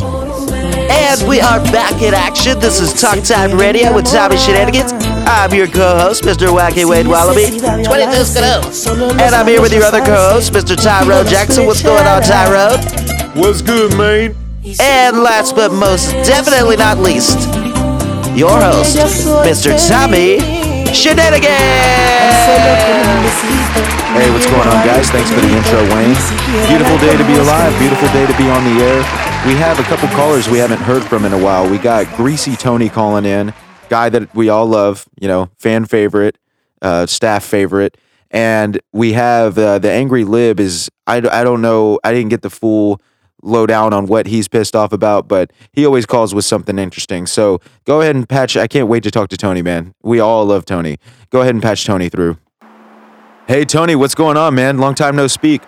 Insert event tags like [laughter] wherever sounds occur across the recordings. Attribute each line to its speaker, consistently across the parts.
Speaker 1: And we are back in action. This is Talk Time Radio with Tommy Shenanigans. I'm your co-host, Mr. Wacky Wade Wallaby. 22 Scadoos. And I'm here with your other co-host, Mr. Tyrone Jackson. What's going on, Tyrone?
Speaker 2: What's good, man?
Speaker 1: And last but most definitely not least, your host, Mr. Tommy Shenanigans.
Speaker 2: Hey, what's going on, guys? Thanks for the intro, Wayne. Beautiful day to be alive. Beautiful day to be on the air. We have a couple callers we haven't heard from in a while. We got Greasy Tony calling in, guy that we all love, you know, fan favorite, uh, staff favorite. And we have uh, the Angry Lib is, I, d- I don't know, I didn't get the full lowdown on what he's pissed off about, but he always calls with something interesting. So go ahead and patch, I can't wait to talk to Tony, man. We all love Tony. Go ahead and patch Tony through. Hey Tony, what's going on, man? Long time no speak.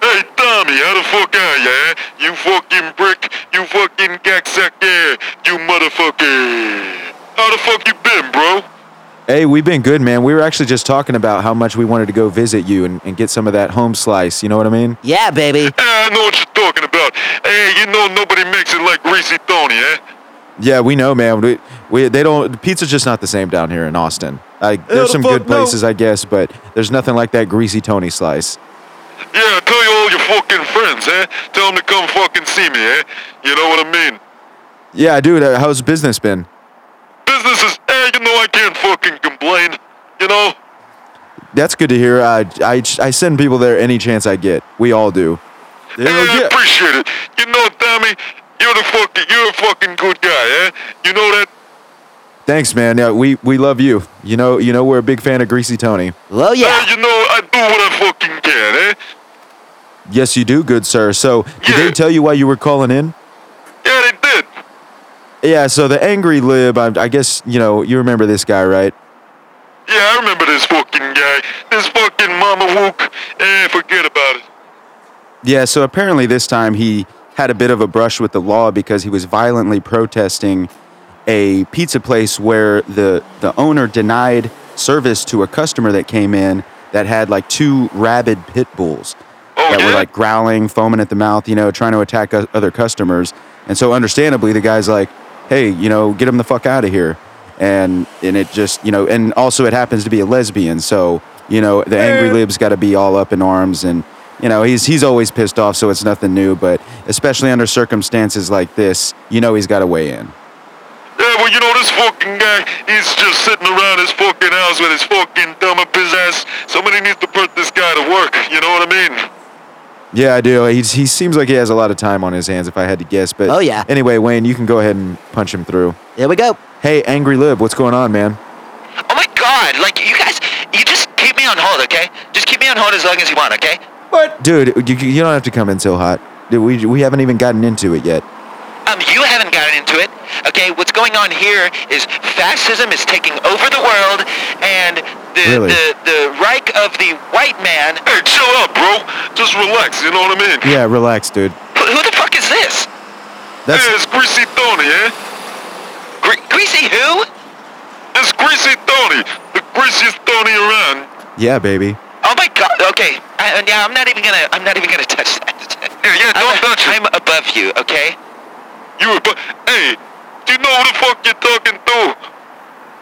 Speaker 3: Hey Tommy, how the fuck are ya? eh? You fucking brick, you fucking gacksack, yeah, you motherfucker. How the fuck you been, bro?
Speaker 2: Hey, we've been good, man. We were actually just talking about how much we wanted to go visit you and, and get some of that home slice. You know what I mean?
Speaker 1: Yeah, baby.
Speaker 3: Eh, I know what you're talking about. Hey, you know nobody makes it like Greasy Tony, eh?
Speaker 2: Yeah, we know, man. We, we they don't pizza's just not the same down here in Austin. Like there's
Speaker 3: the
Speaker 2: some
Speaker 3: fuck
Speaker 2: good
Speaker 3: no.
Speaker 2: places, I guess, but there's nothing like that greasy Tony slice.
Speaker 3: Yeah, tell you all your fucking friends, eh? Tell them to come fucking see me, eh? You know what I mean?
Speaker 2: Yeah, dude. uh, How's business been?
Speaker 3: Business is, eh, you know I can't fucking complain, you know?
Speaker 2: That's good to hear. Uh, I I send people there any chance I get. We all do. They're
Speaker 3: Yeah,
Speaker 2: like,
Speaker 3: I
Speaker 2: yeah.
Speaker 3: Eh, appreciate it. You know, Tommy, you're the fucking, you're a fucking good guy, eh? You know that?
Speaker 2: Thanks, man. Yeah, we we love you. You know you know we're a big fan of Greasy Tony.
Speaker 1: Oh,
Speaker 3: Eh,
Speaker 1: yeah.
Speaker 3: you know, I do what I fucking can, eh?
Speaker 2: Yes, you do, good sir. So, did
Speaker 3: Yeah.
Speaker 2: they tell you why you were calling in?
Speaker 3: Yeah, they did.
Speaker 2: Yeah, so the angry lib, I, I guess, you know, you remember this guy, right?
Speaker 3: Yeah, I remember this fucking guy. This fucking mama wook. Eh, forget about it.
Speaker 2: Yeah, so apparently this time he had a bit of a brush with the law because he was violently protesting a pizza place where the, the owner denied service to a customer that came in that had like two rabid pit bulls
Speaker 3: Oh,
Speaker 2: that were
Speaker 3: yeah?
Speaker 2: like growling, foaming at the mouth, you know, trying to attack o- other customers. And so understandably the guy's like, "Hey, you know, get him the fuck out of here." And and it just, you know, and also it happens to be a lesbian, so, you know, the angry lib's got to be all up in arms and you know, he's he's always pissed off, so it's nothing new. But especially under circumstances like this, you know he's got to weigh in.
Speaker 3: Yeah, well, you know, this fucking guy, he's just sitting around his fucking house with his fucking thumb up his ass. Somebody needs to put this guy to work, you know what I mean?
Speaker 2: Yeah, I do. He's, he seems like he has a lot of time on his hands, if I had to guess. But
Speaker 1: Oh, yeah.
Speaker 2: Anyway, Wayne, you can go ahead and punch him through.
Speaker 1: Here we go.
Speaker 2: Hey, Angry Lib, what's going on, man?
Speaker 4: Oh my god, like you guys, you just keep me on hold, okay? Just keep me on hold as long as you want, okay?
Speaker 2: Dude, you, you don't have to come in so hot. Dude, we we haven't even gotten into it yet.
Speaker 4: Um, you haven't gotten into it, okay? What's going on here is fascism is taking over the world, and the
Speaker 2: Really?
Speaker 4: the, the Reich of the white man. er,
Speaker 3: Hey, chill out, bro. Just relax, you know what I mean?
Speaker 2: Yeah, relax, dude.
Speaker 4: Who, who the fuck is this?
Speaker 2: That's
Speaker 3: Yeah, it's Greasy Tony, eh?
Speaker 4: Gre- Greasy who?
Speaker 3: It's Greasy Tony, the greasiest Tony around.
Speaker 2: [laughs] yeah, baby.
Speaker 4: Oh my god. Okay. I, uh, yeah, I'm not even gonna. I'm not even gonna [laughs] touch that.
Speaker 3: Yeah, yeah, don't
Speaker 4: I'm,
Speaker 3: touch him.
Speaker 4: I'm above you, okay?
Speaker 3: You were, bu- hey, do you know who the fuck you're talking to?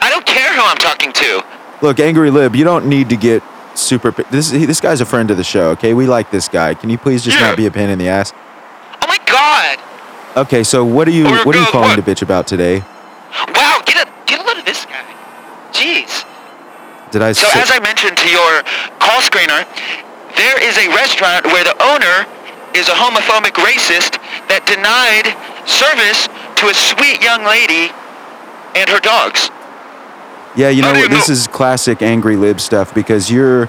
Speaker 4: I don't care who I'm talking to.
Speaker 2: Look, Angry Lib, you don't need to get super. pi- This he, this guy's a friend of the show. Okay, we like this guy. Can you please just
Speaker 3: Yeah.
Speaker 2: not be a pain in the ass?
Speaker 4: Oh my god.
Speaker 2: Okay, so what are you
Speaker 3: Oh,
Speaker 2: what are you
Speaker 3: God,
Speaker 2: calling
Speaker 3: what?
Speaker 2: to bitch about today?
Speaker 4: Wow. Get a get a load of this guy. Jeez.
Speaker 2: Did I?
Speaker 4: So
Speaker 2: say-
Speaker 4: as I mentioned to your call screener, there is a restaurant where the owner is a homophobic racist that denied service to a sweet young lady and her dogs.
Speaker 2: yeah, you know
Speaker 3: How do
Speaker 2: what?
Speaker 3: you
Speaker 2: This
Speaker 3: know?
Speaker 2: is classic angry lib stuff because you're,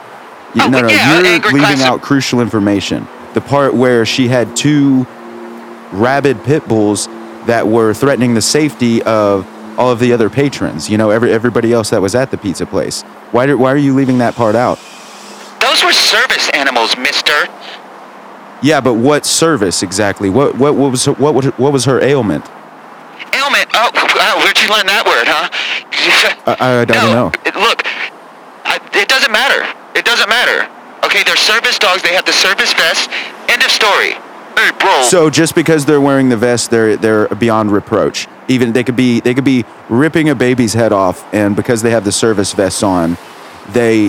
Speaker 2: you,
Speaker 4: Oh,
Speaker 2: no, no,
Speaker 4: yeah,
Speaker 2: you're
Speaker 4: angry
Speaker 2: leaving
Speaker 4: classic-
Speaker 2: out crucial information. The part where she had two rabid pit bulls that were threatening the safety of all of the other patrons. You know, every everybody else that was at the pizza place. Why do, why are you leaving that part out?
Speaker 4: Those were service animals, mister.
Speaker 2: Yeah, but what service exactly? What what, what was her, what was- what was her ailment?
Speaker 4: Ailment. Oh, wow, where'd you learn that word, huh? [laughs]
Speaker 2: I- I don't know.
Speaker 4: no, it- Look, I, it doesn't matter. It doesn't matter. Okay, they're service dogs. They have the service vest. End of story.
Speaker 3: Hey, bro.
Speaker 2: So just because they're wearing the vest, they're they're beyond reproach. Even they could be they could be ripping a baby's head off, and because they have the service vests on, they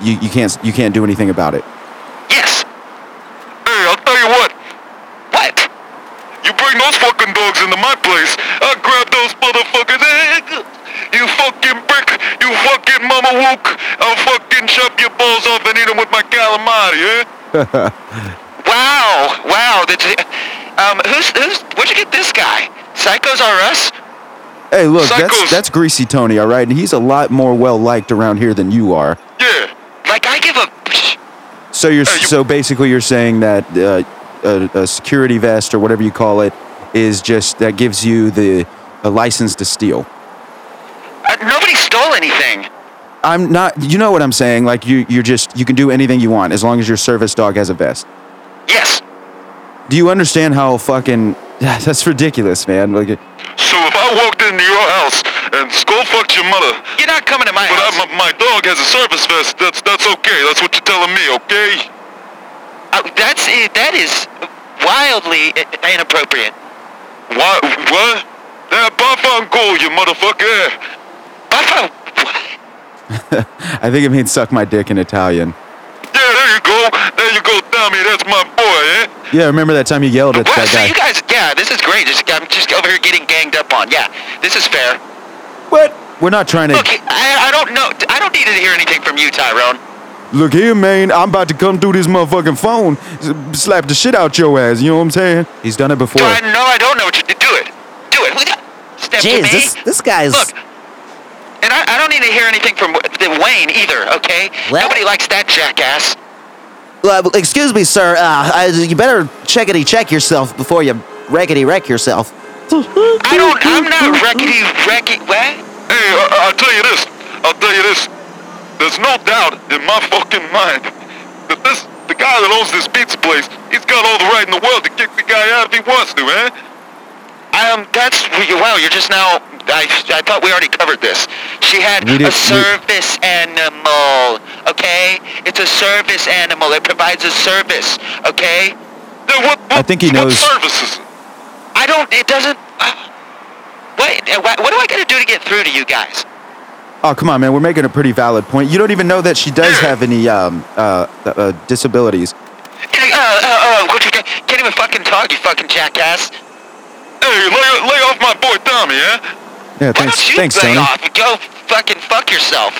Speaker 2: you, you can't you can't do anything about it.
Speaker 4: Yes.
Speaker 3: hey, I'll tell you what.
Speaker 4: What?
Speaker 3: You bring those fucking dogs into my place, I'll grab those motherfuckers. You fucking brick, you fucking mama wook. I'll fucking chop your balls off and eat them with my calamari, eh?
Speaker 4: Wow. Wow. Did you, um, who's, who's, where'd you get this guy? Psychos R Us?
Speaker 2: Hey, look,
Speaker 3: Psychos.
Speaker 2: that's that's Greasy Tony, all right, and he's a lot more well liked around here than you are.
Speaker 3: Yeah.
Speaker 4: Like, I give a.
Speaker 2: So you're
Speaker 3: Hey, you-
Speaker 2: so basically you're saying that uh, a, a security vest or whatever you call it is just that gives you the a license to steal.
Speaker 4: Uh, nobody stole anything.
Speaker 2: I'm not. You know what I'm saying? Like you, you're just you can do anything you want as long as your service dog has a vest.
Speaker 4: Yes.
Speaker 2: Do you understand how fucking? [laughs] That's ridiculous, man. Like,
Speaker 3: So if I walked into your house and skull fucked your mother,
Speaker 4: You're not coming to my
Speaker 3: but I,
Speaker 4: house.
Speaker 3: my, my dog has a service vest, that's that's okay. That's what you're telling me, okay?
Speaker 4: Uh, that's i- that is wildly i- inappropriate.
Speaker 3: Why? What? Yeah, buff on goal, you motherfucker.
Speaker 4: Buffo,
Speaker 2: I think it means suck my dick in Italian.
Speaker 3: Yeah, there you go. There you go, Tommy. That's my boy, eh?
Speaker 2: Yeah, remember that time you yelled at
Speaker 4: what?
Speaker 2: that
Speaker 4: So you
Speaker 2: guy?
Speaker 4: guys, yeah, this is great. Just, I'm just over here getting ganged up on. Yeah, this is fair.
Speaker 2: What? We're not trying
Speaker 4: Look,
Speaker 2: to
Speaker 4: I, I don't know. I don't need to hear anything from you, Tyrone.
Speaker 2: look here, man. I'm about to come through this motherfucking phone, s- slap the shit out your ass. You know what I'm saying? He's done it before.
Speaker 4: I no, I don't know what you do. Do it. Do it. Who the- Step to
Speaker 1: Jeez,
Speaker 4: me.
Speaker 1: this this guy's
Speaker 4: Look. And I, I don't need to hear anything from Wa- the Wayne either. Okay.
Speaker 1: What?
Speaker 4: Nobody likes that jackass.
Speaker 1: Uh, excuse me, sir. Uh, I, you better checkity check yourself before you wreckity wreck yourself.
Speaker 4: I don't. I'm not wreckety wrecky. What?
Speaker 3: Hey, I- I'll tell you this. I'll tell you this. There's no doubt in my fucking mind that this, the guy that owns this pizza place, he's got all the right in the world to kick the guy out if he wants to, eh?
Speaker 4: Um, that's wow. You're just now. I, I thought we already covered this. She had
Speaker 2: We did-
Speaker 4: a
Speaker 2: we-
Speaker 4: service animal. Okay, it's a service animal. It provides a service. Okay,
Speaker 3: Then what, what,
Speaker 2: I think he
Speaker 3: what
Speaker 2: knows-
Speaker 3: services?
Speaker 4: I don't. It doesn't. Uh, what? uh, What what do I gotta do to get through to you guys?
Speaker 2: Oh come on, man. We're making a pretty valid point. You don't even know that she does have any um uh, uh, uh disabilities.
Speaker 4: Uh, uh, uh, what you ca- can't even fucking talk, you fucking jackass.
Speaker 3: Hey, lay, lay off my boy Tommy, eh?
Speaker 4: Why
Speaker 2: Yeah, thanks,
Speaker 4: don't you
Speaker 2: thanks,
Speaker 4: lay
Speaker 2: Tony.
Speaker 4: off? Go fucking fuck yourself.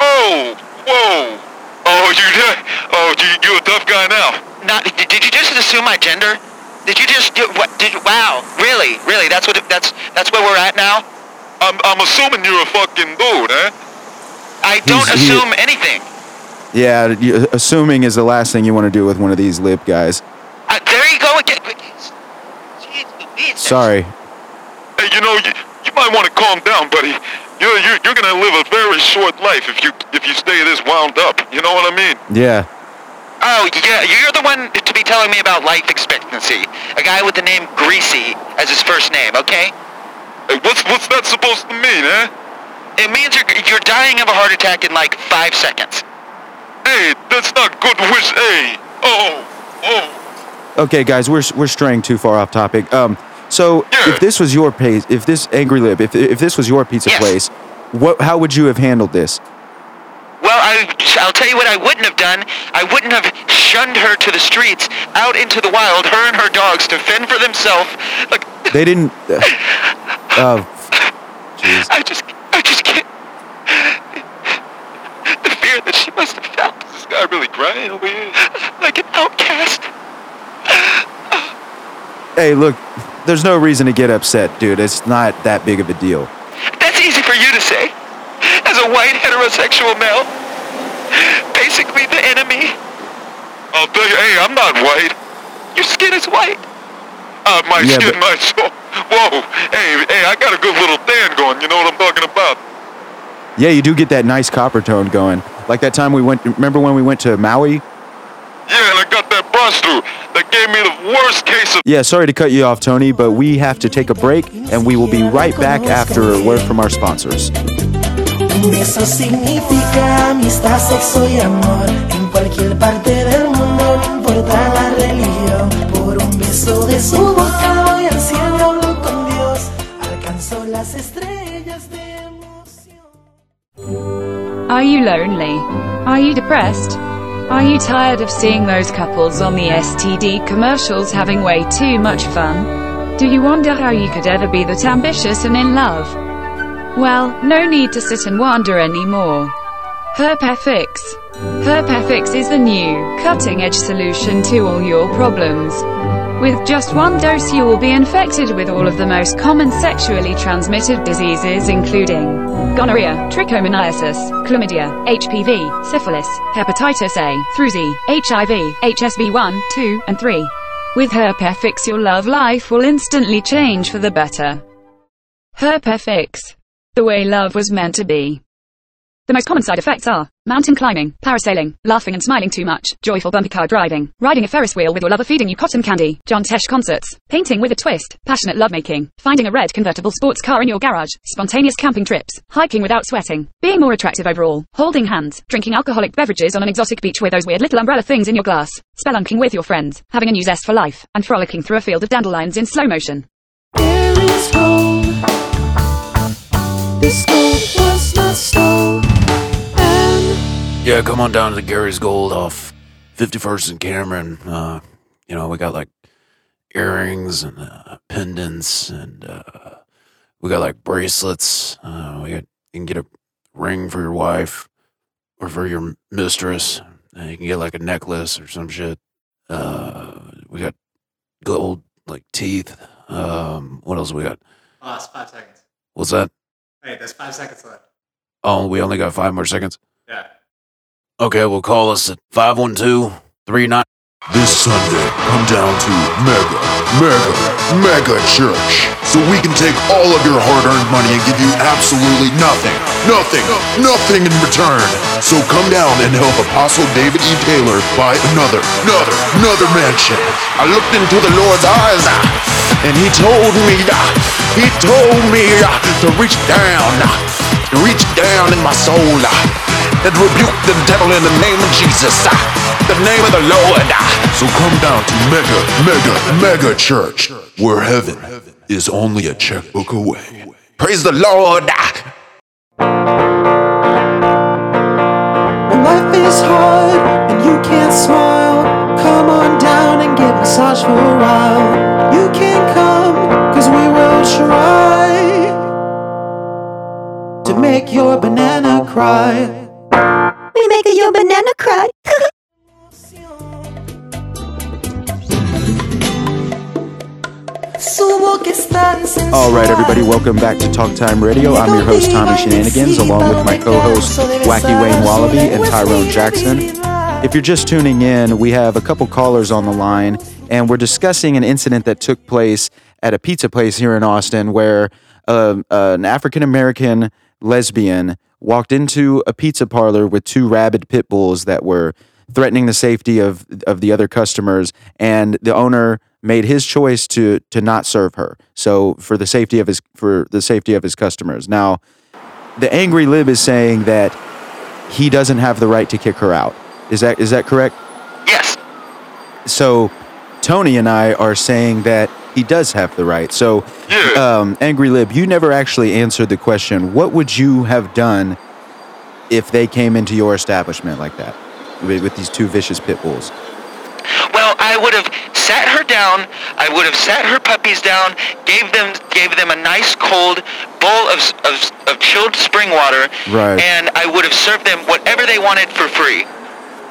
Speaker 3: Oh, whoa. Oh, you, [laughs] oh, you, you a tough guy now.
Speaker 4: Not, did, did you just assume my gender? Did you just do what? Did you, wow, really, really? That's what. it- That's that's where we're at now.
Speaker 3: I'm, I'm assuming you're a fucking dude, eh?
Speaker 4: I don't
Speaker 2: He's- he-
Speaker 4: assume anything.
Speaker 2: Yeah, you- assuming is the last thing you want to do with one of these lib guys.
Speaker 4: Uh, there you go again. Jeez Louise.
Speaker 2: Sorry.
Speaker 3: Hey, you know, you, you might want to calm down, buddy. You're, you're, you're gonna live a very short life if you if you stay this wound up. You know what I mean?
Speaker 2: Yeah.
Speaker 4: Oh yeah, you're the one to be telling me about life expectancy. A guy with the name Greasy as his first name. Okay,
Speaker 3: Hey, what's what's that supposed to mean, eh?
Speaker 4: it means you're you're dying of a heart attack in like five seconds.
Speaker 3: Hey, that's not good wish. Hey, oh, oh,
Speaker 2: Okay, guys, we're we're straying too far off topic. Um, so
Speaker 3: Yeah.
Speaker 2: if this was your place, if this Angry Lib, if if this was your pizza
Speaker 4: Yes.
Speaker 2: place, what how would you have handled this?
Speaker 4: Well, I, I'll tell you what I wouldn't have done. I wouldn't have shunned her to the streets, out into the wild, her and her dogs to fend for themselves. Like,
Speaker 2: They didn't. Uh, uh, jeez.
Speaker 4: I just, I just can't. The fear that she must have felt. This guy really crying over here. Like an outcast.
Speaker 2: hey, look, there's no reason to get upset, dude. It's not that big of a deal.
Speaker 4: That's easy for you to say. As a white heterosexual male, basically the enemy.
Speaker 3: I'll tell Oh, you. Hey, I'm not white.
Speaker 4: Your skin is white.
Speaker 3: Uh, my
Speaker 2: Yeah,
Speaker 3: skin,
Speaker 2: but-
Speaker 3: my soul. Whoa, hey, hey, I got a good little tan going. You know what I'm talking about?
Speaker 2: Yeah, you do get that nice copper tone going. Like that time we went. Remember when we went to Maui?
Speaker 3: Yeah, and I got that brush through. That gave me the worst case of.
Speaker 2: Yeah, sorry to cut you off, Tony, but we have to take a break, and we will be right back after a word from our sponsors.
Speaker 5: Eso significa amistad, sexo y amor. En cualquier parte del mundo, no importa la religión. Por un beso de su boca voy al cielo, hablo con Dios. Alcanzó las estrellas de emoción.
Speaker 6: Are you lonely? Are you depressed? Are you tired of seeing those couples on the STD commercials having way too much fun? Do you wonder how you could ever be that ambitious and in love? Well, no need to sit and wonder anymore. Herpetfix. Herpetfix is the new, cutting-edge solution to all your problems. With just one dose you will be infected with all of the most common sexually transmitted diseases including gonorrhea, trichomoniasis, chlamydia, HPV, syphilis, hepatitis A through Z, HIV, HSV1, 2, and 3. With Herpefix your love life will instantly change for the better. Herpefix. The way love was meant to be. The most common side effects are mountain climbing, parasailing, laughing and smiling too much, joyful bumper car driving, riding a Ferris wheel with your lover feeding you cotton candy, John Tesh concerts, painting with a twist, passionate lovemaking, finding a red convertible sports car in your garage, spontaneous camping trips, hiking without sweating, being more attractive overall, holding hands, drinking alcoholic beverages on an exotic beach with those weird little umbrella things in your glass, spelunking with your friends, having a new zest for life, and frolicking through a field of dandelions in slow motion.
Speaker 5: There is hope. This gold was not stolen. And
Speaker 7: Yeah, come on down to the Gary's Gold off 51st and Cameron. Uh, you know, we got like earrings and uh, pendants, and uh, we got like bracelets. Uh, we got, you can get a ring for your wife or for your mistress. And you can get like a necklace or some shit. Uh, we got gold like teeth. Um, what else we got?
Speaker 8: Oh, it's five seconds.
Speaker 7: What's that?
Speaker 8: Wait, there's five seconds left.
Speaker 7: Oh, we only got five more seconds.
Speaker 8: Yeah.
Speaker 7: Okay, well, call us at 512 39.
Speaker 9: This Sunday, come down to Mega, Mega, Mega Church so we can take all of your hard earned money and give you absolutely nothing, nothing, nothing in return. So come down and help Apostle David E. Taylor buy another, another, another mansion. I looked into the Lord's eyes ah, and he told me, ah, he told me ah, to reach down, ah, to reach down in my soul. ah, and rebuke the devil in the name of Jesus, ah, the name of the Lord. ah. So come down to Mega, Mega, Mega Church, where heaven is only a checkbook away.
Speaker 7: Praise the Lord. Ah!
Speaker 5: when life is hard and you can't smile, come on down and get massage for a while. You can come, cause we will try to make your banana cry.
Speaker 10: We make your banana cry.
Speaker 5: Su boca es tan sensual.
Speaker 2: All right, everybody, welcome back to Talk Time Radio. I'm your host, Tommy Shenanigans, along with my co host, Wacky Wayne Wallaby and Tyrone Jackson. If you're just tuning in, we have a couple callers on the line, and we're discussing an incident that took place at a pizza place here in Austin where uh, uh, an African American lesbian walked into a pizza parlor with two rabid pit bulls that were threatening the safety of, of the other customers, and the owner made his choice to to not serve her. So for the safety of his for the safety of his customers. Now, the angry lib is saying that he doesn't have the right to kick her out. Is that is that correct?
Speaker 4: Yes.
Speaker 2: So Tony and I are saying that he does have the right. So um, Angry Lib, you never actually answered the question. What would you have done if they came into your establishment like that with, with these two vicious pit bulls?
Speaker 4: Well, I would have sat her down. I would have sat her puppies down. Gave them gave them a nice cold bowl of s- of, s- of chilled spring water.
Speaker 2: Right.
Speaker 4: And I would have served them whatever they wanted for free.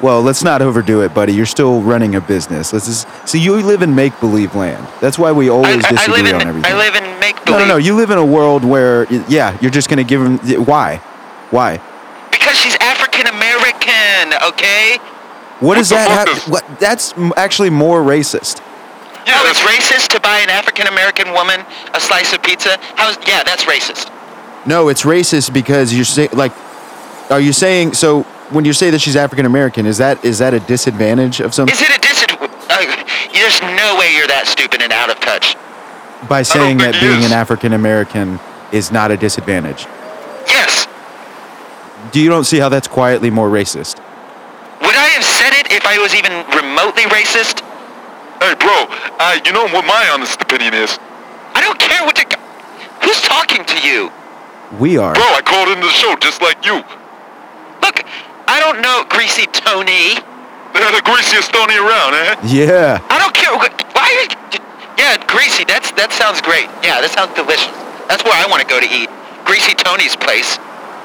Speaker 2: Well, let's not overdo it, buddy. You're still running a business. Let's just, see, you live in make believe land. That's why we
Speaker 4: I,
Speaker 2: always
Speaker 4: I- I
Speaker 2: disagree
Speaker 4: live
Speaker 2: on
Speaker 4: in
Speaker 2: everything.
Speaker 4: I live in make
Speaker 2: no,
Speaker 4: believe.
Speaker 2: no, no. You live in a world where, y- yeah, you're just going to give them. Why? Why?
Speaker 4: Because she's African American. Okay.
Speaker 2: What does
Speaker 3: the
Speaker 2: that
Speaker 3: fuck
Speaker 2: have?
Speaker 3: is-
Speaker 2: What, that's m- actually more racist.
Speaker 4: Oh, it's
Speaker 3: that's
Speaker 4: racist to buy an African American woman a slice of pizza. How's yeah, that's racist.
Speaker 2: No, it's racist because you're say, like, are you saying so? When you say that she's African American, is that is that a disadvantage of some
Speaker 4: Is it a disadvantage? Uh, there's no way you're that stupid and out of touch.
Speaker 2: by saying
Speaker 3: think
Speaker 2: that
Speaker 3: it
Speaker 2: being
Speaker 3: is.
Speaker 2: an African American is not a disadvantage?
Speaker 4: Yes.
Speaker 2: Do you don't see how that's quietly more racist?
Speaker 4: Would I have said it if I was even remotely racist? Hey, bro, I, you know what my honest opinion is?
Speaker 3: I don't care what you. Who's talking to you?
Speaker 2: We are.
Speaker 4: Bro, I called into the show just like you.
Speaker 3: Look, I don't know Greasy Tony.
Speaker 4: [laughs] They're the greasiest Tony around, eh?
Speaker 2: Yeah.
Speaker 3: I don't care. what- Why? Are you, yeah, Greasy. That's that sounds great. Yeah, that sounds delicious. That's where I want to go to eat. Greasy Tony's place.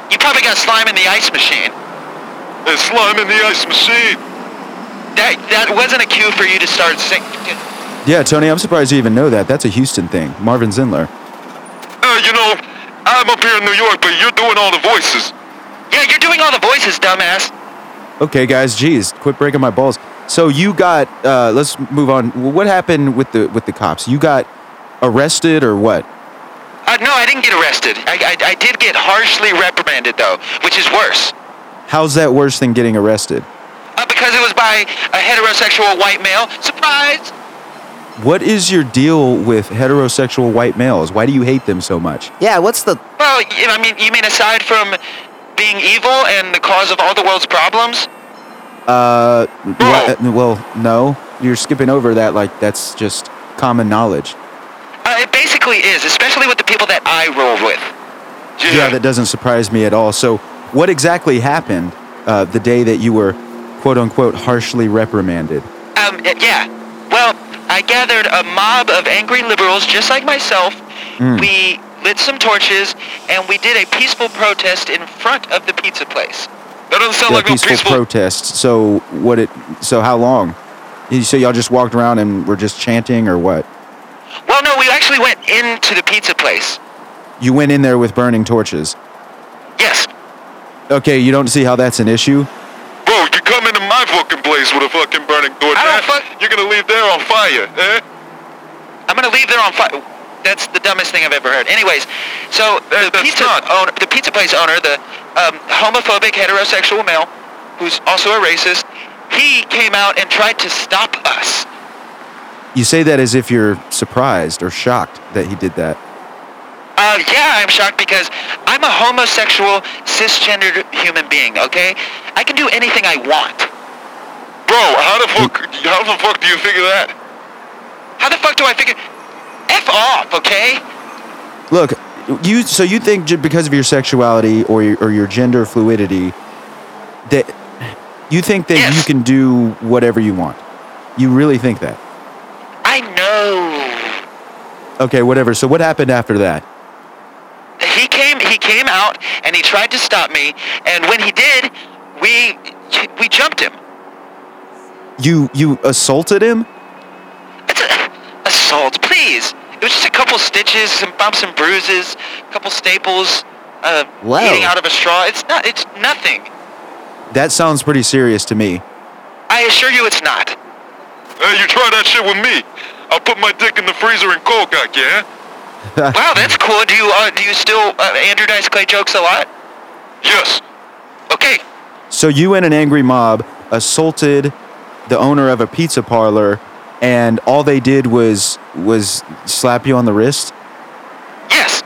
Speaker 3: You probably got slime in the ice machine.
Speaker 4: There's slime in the ice machine.
Speaker 3: That that wasn't a cue for you to start singing.
Speaker 2: Yeah, Tony, I'm surprised you even know that. That's a Houston thing. Marvin Zindler.
Speaker 4: Uh, you know, I'm up here in New York, but you're doing all the voices.
Speaker 3: Yeah, you're doing all the voices, dumbass.
Speaker 2: Okay, guys, geez, quit breaking my balls. So you got. Uh, let's move on. W- What happened with the with the cops? You got arrested or what?
Speaker 3: Uh, no, I didn't get arrested. I, I I did get harshly reprimanded though, which is worse.
Speaker 2: How's that worse than getting arrested?
Speaker 3: Uh, because it was by a heterosexual white male. Surprise!
Speaker 2: What is your deal with heterosexual white males? Why do you hate them so much?
Speaker 1: Yeah, what's the.
Speaker 3: Well, you know, I mean, you mean aside from being evil and the cause of all the world's problems?
Speaker 2: Uh, wh- well, no, you're skipping over that. Like that's just common knowledge.
Speaker 3: Uh, it basically is, especially with the people that I roll with.
Speaker 2: Yeah, that doesn't surprise me at all. So, what exactly happened uh, the day that you were, quote unquote, harshly reprimanded?
Speaker 3: Um, y- yeah. Well, I gathered a mob of angry liberals just like myself.
Speaker 2: Hmm.
Speaker 3: We lit some torches and we did a peaceful protest in front of the pizza place.
Speaker 4: That doesn't sound
Speaker 2: Yeah,
Speaker 4: like no
Speaker 2: peaceful,
Speaker 4: peaceful.
Speaker 2: protest. So, what it? So, how long? You so y'all just walked around and were just chanting, or what?
Speaker 3: Well, no, we actually went into the pizza place.
Speaker 2: You went in there with burning torches.
Speaker 3: Yes.
Speaker 2: Okay, you don't see how that's an issue.
Speaker 4: bro, you come into my fucking place with a fucking burning torch.
Speaker 3: I don't
Speaker 4: eh?
Speaker 3: fuck-
Speaker 4: You're gonna leave there on fire, eh?
Speaker 3: I'm gonna leave there on fire. That's the dumbest thing I've ever heard. Anyways, so the
Speaker 4: That- that's
Speaker 3: pizza
Speaker 4: not-
Speaker 3: owner, the pizza place owner, the um, homophobic heterosexual male, who's also a racist, he came out and tried to stop us.
Speaker 2: You say that as if you're surprised or shocked that he did that.
Speaker 3: Uh, yeah, I'm shocked because I'm a homosexual cisgendered human being. Okay, I can do anything I want.
Speaker 4: Bro, how the fuck, how the fuck do you figure that?
Speaker 3: How the fuck do I figure? F off, okay?
Speaker 2: Look, you. So you think ju- because of your sexuality or your, or your gender fluidity that you think that
Speaker 3: Yes.
Speaker 2: you can do whatever you want. You really think that?
Speaker 3: I know.
Speaker 2: Okay, whatever. So what happened after that?
Speaker 3: he came he came out and he tried to stop me and when he did we we jumped him
Speaker 2: You you assaulted him?
Speaker 3: it's a, assault please it was just a couple stitches some bumps and bruises a couple staples uh,
Speaker 1: Wow.
Speaker 3: eating out of a straw it's not it's nothing
Speaker 2: That sounds pretty serious to me. [laughs]
Speaker 3: i assure you it's not
Speaker 4: Hey, you try that shit with me. I'll put my dick in the freezer and cold cock, yeah?
Speaker 3: wow that's cool do you uh, do you still uh, andrew dice clay jokes a lot
Speaker 4: Yes.
Speaker 3: okay
Speaker 2: So you and an angry mob assaulted the owner of a pizza parlor, and all they did was was slap you on the wrist.
Speaker 3: yes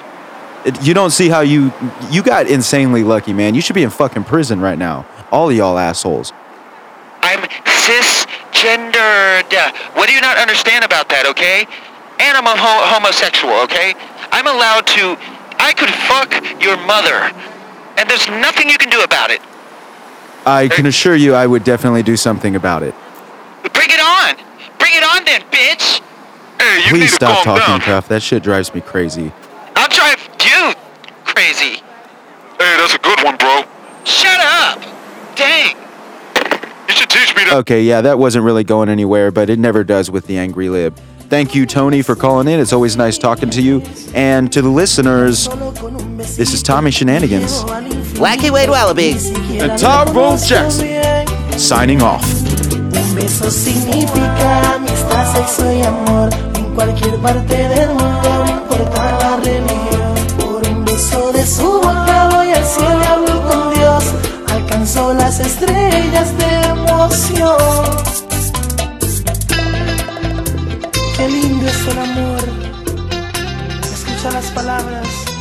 Speaker 2: It- You don't see how you you got insanely lucky, man. You should be in fucking prison right now. All of y'all assholes.
Speaker 3: I'm cisgendered. What do you not understand about that, okay? And I'm a ho- homosexual, okay? I'm allowed to. I could fuck your mother, and there's nothing you can do about it.
Speaker 2: I can assure you, I would definitely do something about it.
Speaker 3: Bring it on! Bring it on then, bitch!
Speaker 4: Hey, you
Speaker 2: Please
Speaker 4: need to
Speaker 2: stop
Speaker 4: calm
Speaker 2: talking,
Speaker 4: down.
Speaker 2: Cuff. That shit drives me crazy.
Speaker 3: I'll drive you crazy.
Speaker 4: Hey, that's a good one, bro.
Speaker 3: Shut up! Dang!
Speaker 4: You should teach me that.
Speaker 2: Okay, yeah, that wasn't really going anywhere, but it never does with the Angry Lib. Thank you, Tony, for calling in. It's always nice talking to you. And to the listeners, this is Tommy Shenanigans
Speaker 1: Wacky Wade Wallaby.
Speaker 2: and Tom Bones Jackson signing off.
Speaker 5: Un beso significa amistad, sexo y amor En cualquier parte del mundo, no importa la religión Por un beso de su boca voy al cielo y hablo con Dios Alcanzó las estrellas de emoción Qué lindo es el amor Escucha las palabras